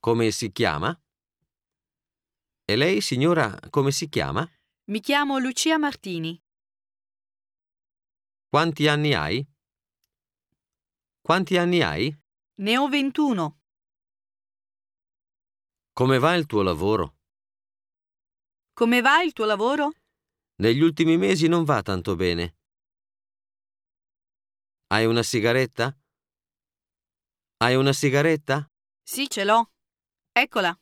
Come si chiama? E lei, signora, come si chiama? Mi chiamo Lucia Martini. Quanti anni hai? Quanti anni hai? Ne ho 21. Come va il tuo lavoro? Come va il tuo lavoro? Negli ultimi mesi non va tanto bene. Hai una sigaretta? Hai una sigaretta? Sì, ce l'ho. Eccola.